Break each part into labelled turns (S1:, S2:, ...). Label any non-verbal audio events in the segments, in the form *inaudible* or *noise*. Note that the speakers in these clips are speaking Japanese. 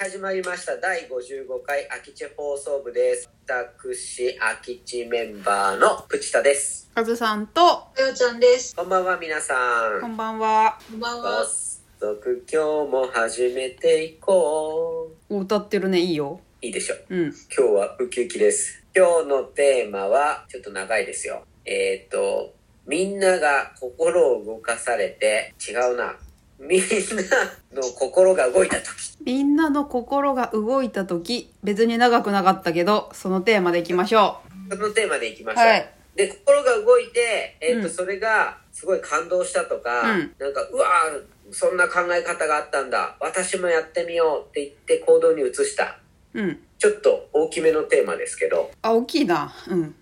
S1: 始まりました第55回空き地放送部です私空き地メンバーのプチタです
S2: カズさんと、
S3: ようちゃんです。
S1: こんばんは皆さ
S2: こ
S1: ん
S2: んばんは。
S3: こんばん
S1: 早
S3: は。
S1: 速今日も始めていこう
S2: お歌ってるね、いいよ。
S1: いいでしょう
S2: うん。
S1: 今日はウキウキです今日のテーマはちょっと長いですよえっ、とみんなが心を動かされて違うなみんなの心が動いた時
S2: みんなの心が動いた時、別に長くなかったけど、そのテーマでいきましょ
S1: そのテーマでいきま
S2: う。
S1: しょう、
S2: はい。
S1: で心が動いて、えーと
S2: うん
S1: それがすごい感動したとか、
S2: うん
S1: なんかうわーそんな考え方があったんだ私もやってみようって言って行動に移した
S2: うん。
S1: ちょっと大きめのテーマですけど
S2: あ、大きいな。うん。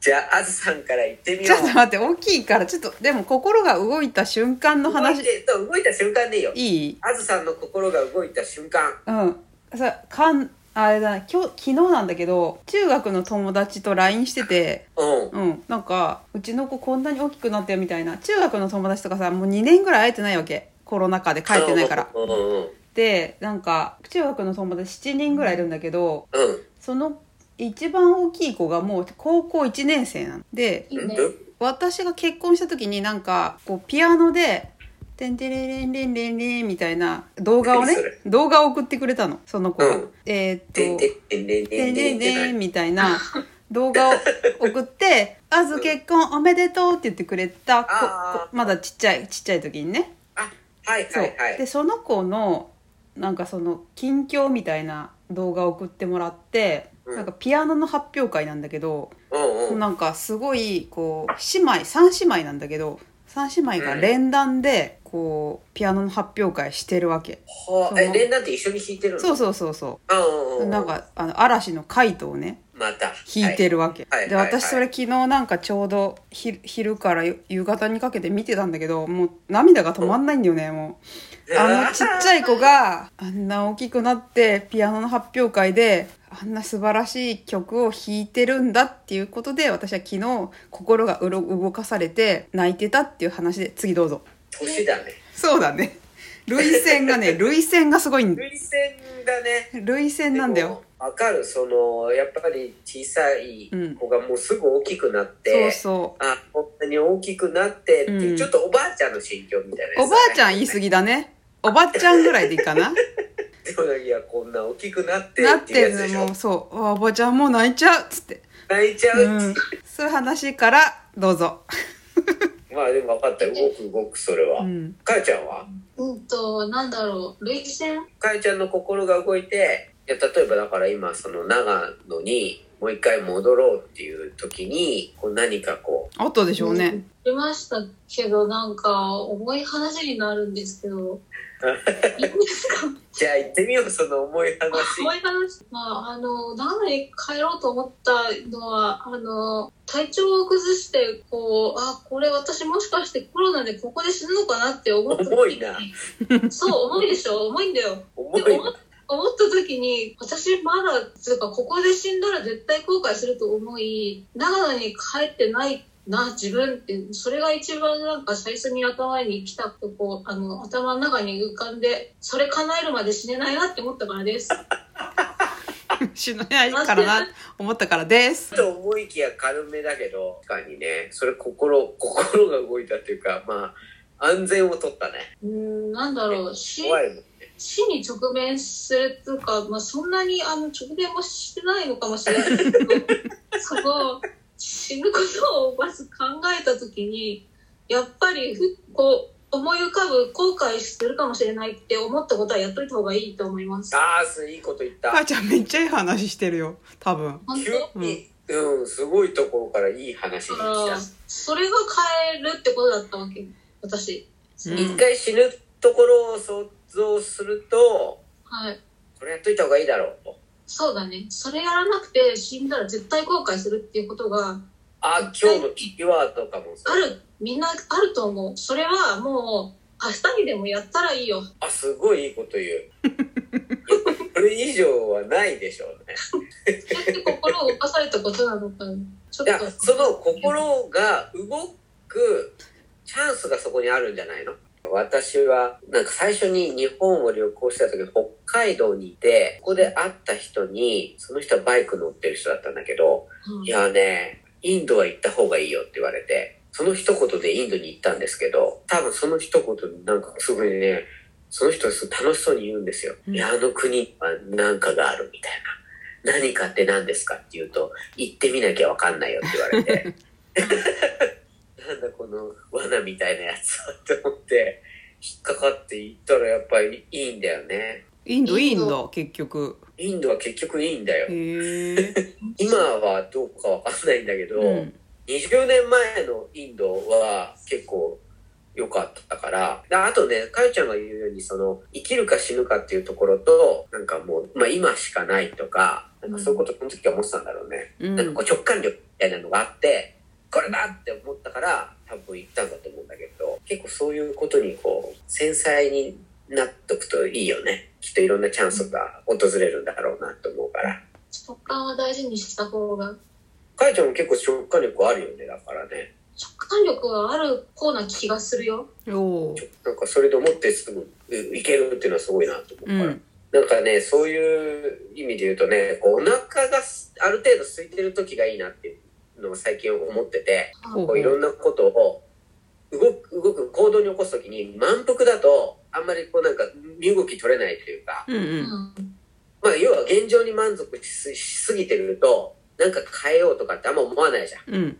S1: じゃああずさんから言ってみ
S2: ち
S1: よ
S2: ょ
S1: う
S2: っと待って、大きいから、ちょっと、でも心が動いた瞬間の
S1: 動い
S2: 話、
S1: てそう動いた瞬間でいいよ
S2: いい
S1: あずさんの心が動いた瞬間
S2: うん。さ、かん、あれだな、今日、昨日なんだけど、中学の友達と LINE してて、
S1: うん
S2: うん、なんかうちの子こんなに大きくなったよみたいな中学の友達とかさもう2年ぐらい会えてないわけコロナ禍で帰ってないから
S1: うんうんうん
S2: でなんか中学の友達7人ぐらいいるんだけどその一番大きい子がもう高校1年生なので
S3: いい
S1: うん
S3: ね。
S2: 私が結婚した時になんかこうピアノで「てんてれれんれんれんれん」みたいな動画をね
S1: 何それ
S2: 動画を送ってくれたのその子が、
S1: うん
S2: えーっと
S1: でんでんでんでんで
S2: ね
S1: んで
S2: ね
S1: んでんで
S2: ね
S1: ん
S2: みたいな動画を送って「あず結婚おめでとう」って言ってくれたこ
S1: あー
S2: こまだちっちゃいちっちゃい時にね
S1: はい
S2: そ
S1: は
S2: う、
S1: いは
S2: で
S1: い
S2: その子のなんかその近況みたいな動画を送ってもらって、
S1: うん
S2: なんかピアノの発表会なんだけど、
S1: うんうん
S2: なんかすごいこう姉妹3姉妹なんだけど3姉妹が連弾でこうピアノの発表会してるわけ、
S1: はあえ連弾って一緒に弾いてるの
S2: そうそうそうそ
S1: あうんう
S2: う、
S1: んうん
S2: なんかあの嵐のカイトをね
S1: また
S2: 弾いて
S1: る、
S2: るわけ、
S1: はい
S2: で
S1: はいはい
S2: 私それ昨日なんかちょうどひ昼から夕夕方にかけて見てたんだけどもう涙が止まんないんだよねもうあのちっちゃい子があんな大きくなってピアノの発表会であんな素晴らしい曲を弾いてるんだっていうことで私は昨日心がうろ動かされて泣いてたっていう話で次どうぞ
S1: 年だね
S2: そうだね涙腺が
S1: *laughs*
S2: ね涙腺がすごいん
S1: 涙腺だね
S2: 涙腺なんだ
S1: で
S2: よ
S1: もわかるそのやっぱり小さい子がもうすぐ大きくなっ
S2: そう
S1: て、
S2: そ
S1: あこんなに大きくなってっていう、
S2: うん
S1: ちょっとおばあちゃんの心境みたいな
S2: うおばあちゃん言い
S1: す
S2: 過ぎだねおばちゃんぐらいでいい
S1: *laughs*
S2: かな
S1: ぎでもいやこんな大きくなって
S2: な
S1: っ
S2: って
S1: い
S2: て
S1: うやつで
S2: る
S1: し
S2: の
S1: ょ
S2: もうそうあおばちゃんもう泣いちゃうっつって、
S1: 泣いちゃう、
S2: うん、そういう話からどうぞ、
S1: まあでも分かったよ動く動くそれは、
S2: うん、
S1: かやちゃんは
S3: うんと、なんだろう。類似線
S1: かやちゃんの心が動いていや例えばだから今その長野にもう一回戻ろうっていう時にこう何かこう
S2: あったでしょうね、
S3: 出ましたけど、なんか、重い話になるんですけど。いいんですか
S1: じゃあ行ってみようその重い話
S3: 重い話。まあ、あの、長野に帰ろうと思ったのは、あの、体調を崩して、こう、あ、これ私もしかしてコロナでここで死ぬのかなって思った時に
S1: 重いな。
S3: そう、重いでしょ重いんだよ。
S1: 重
S3: で
S1: い
S3: 思っ思った時に私まだつうかここで死んだら絶対後悔すると思い長野に帰ってないな自分ってそれが一番なんか最初に頭に来たとこあの頭の中に浮かんでそれ叶えるまで死ねないなって思ったからです
S2: *laughs* 死なないからな思ったからです
S1: ちょっと思いきや軽めだけど確かにねそれ心心が動いたっていうかまあ安全を取ったね
S3: うーんなんだろう死
S1: 怖いもん
S3: 死に直面するとか、まあ、そんなにあの直面もしてないのかもしれないけどその死ぬことをまず考えた時にやっぱりふこう思い浮かぶ後悔するかもしれないって思ったことはやっといた方がいいと思います。
S1: ああすいいこと言った
S2: 母ちゃんめっちゃいい話してるよ多分
S3: 本
S1: 急
S3: 当
S1: にうん、すごいところからいい話に
S3: だか
S1: 来
S3: らそれが変えるってことだったわけ私、
S2: う
S1: た
S2: ん
S1: 一回死ぬところを想像すると
S3: はい
S1: これやっといた方がいいだろうと
S3: そうだねそれやらなくて死んだら絶対後悔するっていうことが
S1: あ今日のキーワードとかもそ
S3: あ
S1: う
S3: る、みんなあると思う。それはもう、明日にでもやったらいいよ。
S1: あすごいいいこと言ういやこれ以上はないでしょうね
S3: それって心を動かされたことなのかな。ちょ
S1: いや
S3: っと。
S1: その心が動くチャンスがそこにあるんじゃないの私は、なんか最初に日本を旅行してた時、北海道にいて、ここで会った人に、その人はバイク乗ってる人だったんだけど、いやね、インドは行った方がいいよって言われて、その一言でインドに行ったんですけど、多分その一言なんかすごいね、その人す楽しそうに言うんですよ。
S2: うん
S1: いや、あの国は何かがあるみたいな。何かって何ですかって言うと、行ってみなきゃわかんないよって言われ
S2: *laughs*
S1: て。なんだこの罠みたいなやつはって思って、引っかかって行ったらやっぱりいいんだよね。
S2: インドいいん
S3: イン
S2: だ結局
S1: インドは結局いいんだよ。
S2: へえ、
S1: 今はどうかわかんないんだけど、
S2: うん、
S1: 20年前のインドは結構良かったから。であとね、かよちゃんが言うように、その、生きるか死ぬかっていうところと、なんかもう、まあ今しかないとか、なんかそういうことこの時は思ってたんだろうね。
S2: う
S1: なんか
S2: ん
S1: こう直感力みたいなのがあって、これだって思ったから、多分行ったんだと思うんだけど、結構そういうことにこう、繊細になっとくといいよね。きっといろんなチャンスが訪れるんだろうなと思うから。
S3: 直感は大事にした方が
S1: かよちゃんも結構直感力あるよね、だからね。
S3: 直感力はある方な気がするよ。
S2: おー
S1: なんかそれで思ってすぐういけるっていうのはすごいなと思う
S2: う
S1: から、
S2: ん
S1: なんかねそういう意味で言うとねこうお腹がすある程度空いてる時がいいなっていうのを最近思ってて
S2: ほ
S1: こ
S2: うほ
S1: ういろ
S2: うん
S1: なことを動く動く行動に起こす時に満腹だとあんまりこうなんか身動き取れないというか、
S2: うん
S3: う
S2: うん
S3: ん。
S1: まあ、要は現状に満足しすしすぎてるとなんか変えようとかってあんま思わないじゃん。
S2: うん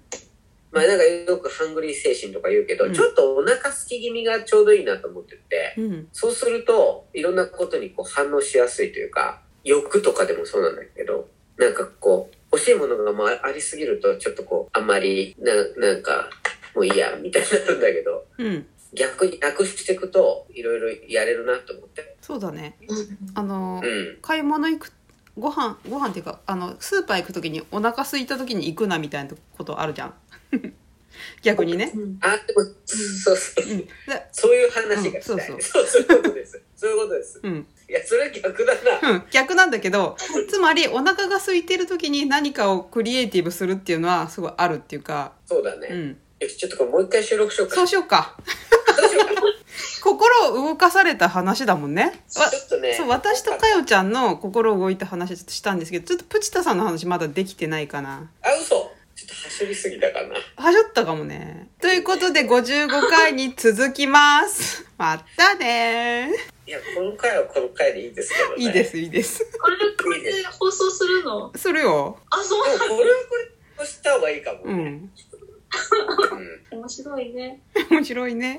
S1: まあなんかよくハングリー精神とか言うけど、
S2: うん
S1: ちょっとお腹空き気味がちょうどいいなと思ってて、
S2: うん
S1: そうすると、いろんなことにこう反応しやすいというか、欲とかでもそうなんだけど、なんかこう、欲しいものがもうあありすぎると、ちょっとこう、あんまり、な、なんか、もういいや、みたいになるんだけど、
S2: うん
S1: 逆になくしていくと、いろいろやれるなと思って。
S2: そうだね
S3: うん
S2: あのー
S1: うん。
S2: 買い物行くご飯ご飯っていうかあのスーパー行く時にお腹空いた時に行くなみたいなことあるじゃん *laughs* 逆にね
S3: うん
S1: あ、でも、そうそう。
S2: うんで
S1: そういう話がしたい。
S2: うん
S1: そうそういうことです。そういうことです。
S2: うん
S1: いや、それは逆だな。
S2: うん、逆なんだけどつまりお腹が空いてる時に何かをクリエイティブするっていうのはすごいあるっていうか、
S1: そうだね。
S2: うん、
S1: よし、ちょっとこれもう一回収録しようか。
S2: そうしようか
S1: そうしようか。
S2: 心を動かされた話だもんねわ
S1: ちょっとね。
S2: そう私とかよちゃんの心動いた話ちょっとしたんですけどちょっとプチタさんの話まだできてないかな
S1: あ、嘘。ちょっと走りすぎたかな。
S2: はしょったかもねということで55回に続きます *laughs* またね
S1: いや、この回はこの回でいいですけどね。
S2: いいで。すいいです
S3: これ、これで放送するの
S2: それを
S3: あ、そう
S1: で
S3: な
S1: も、これはこれ、こうした方がいいかも
S2: う
S1: ね。
S2: ん
S1: うん
S3: の面白いね。
S2: 面白いね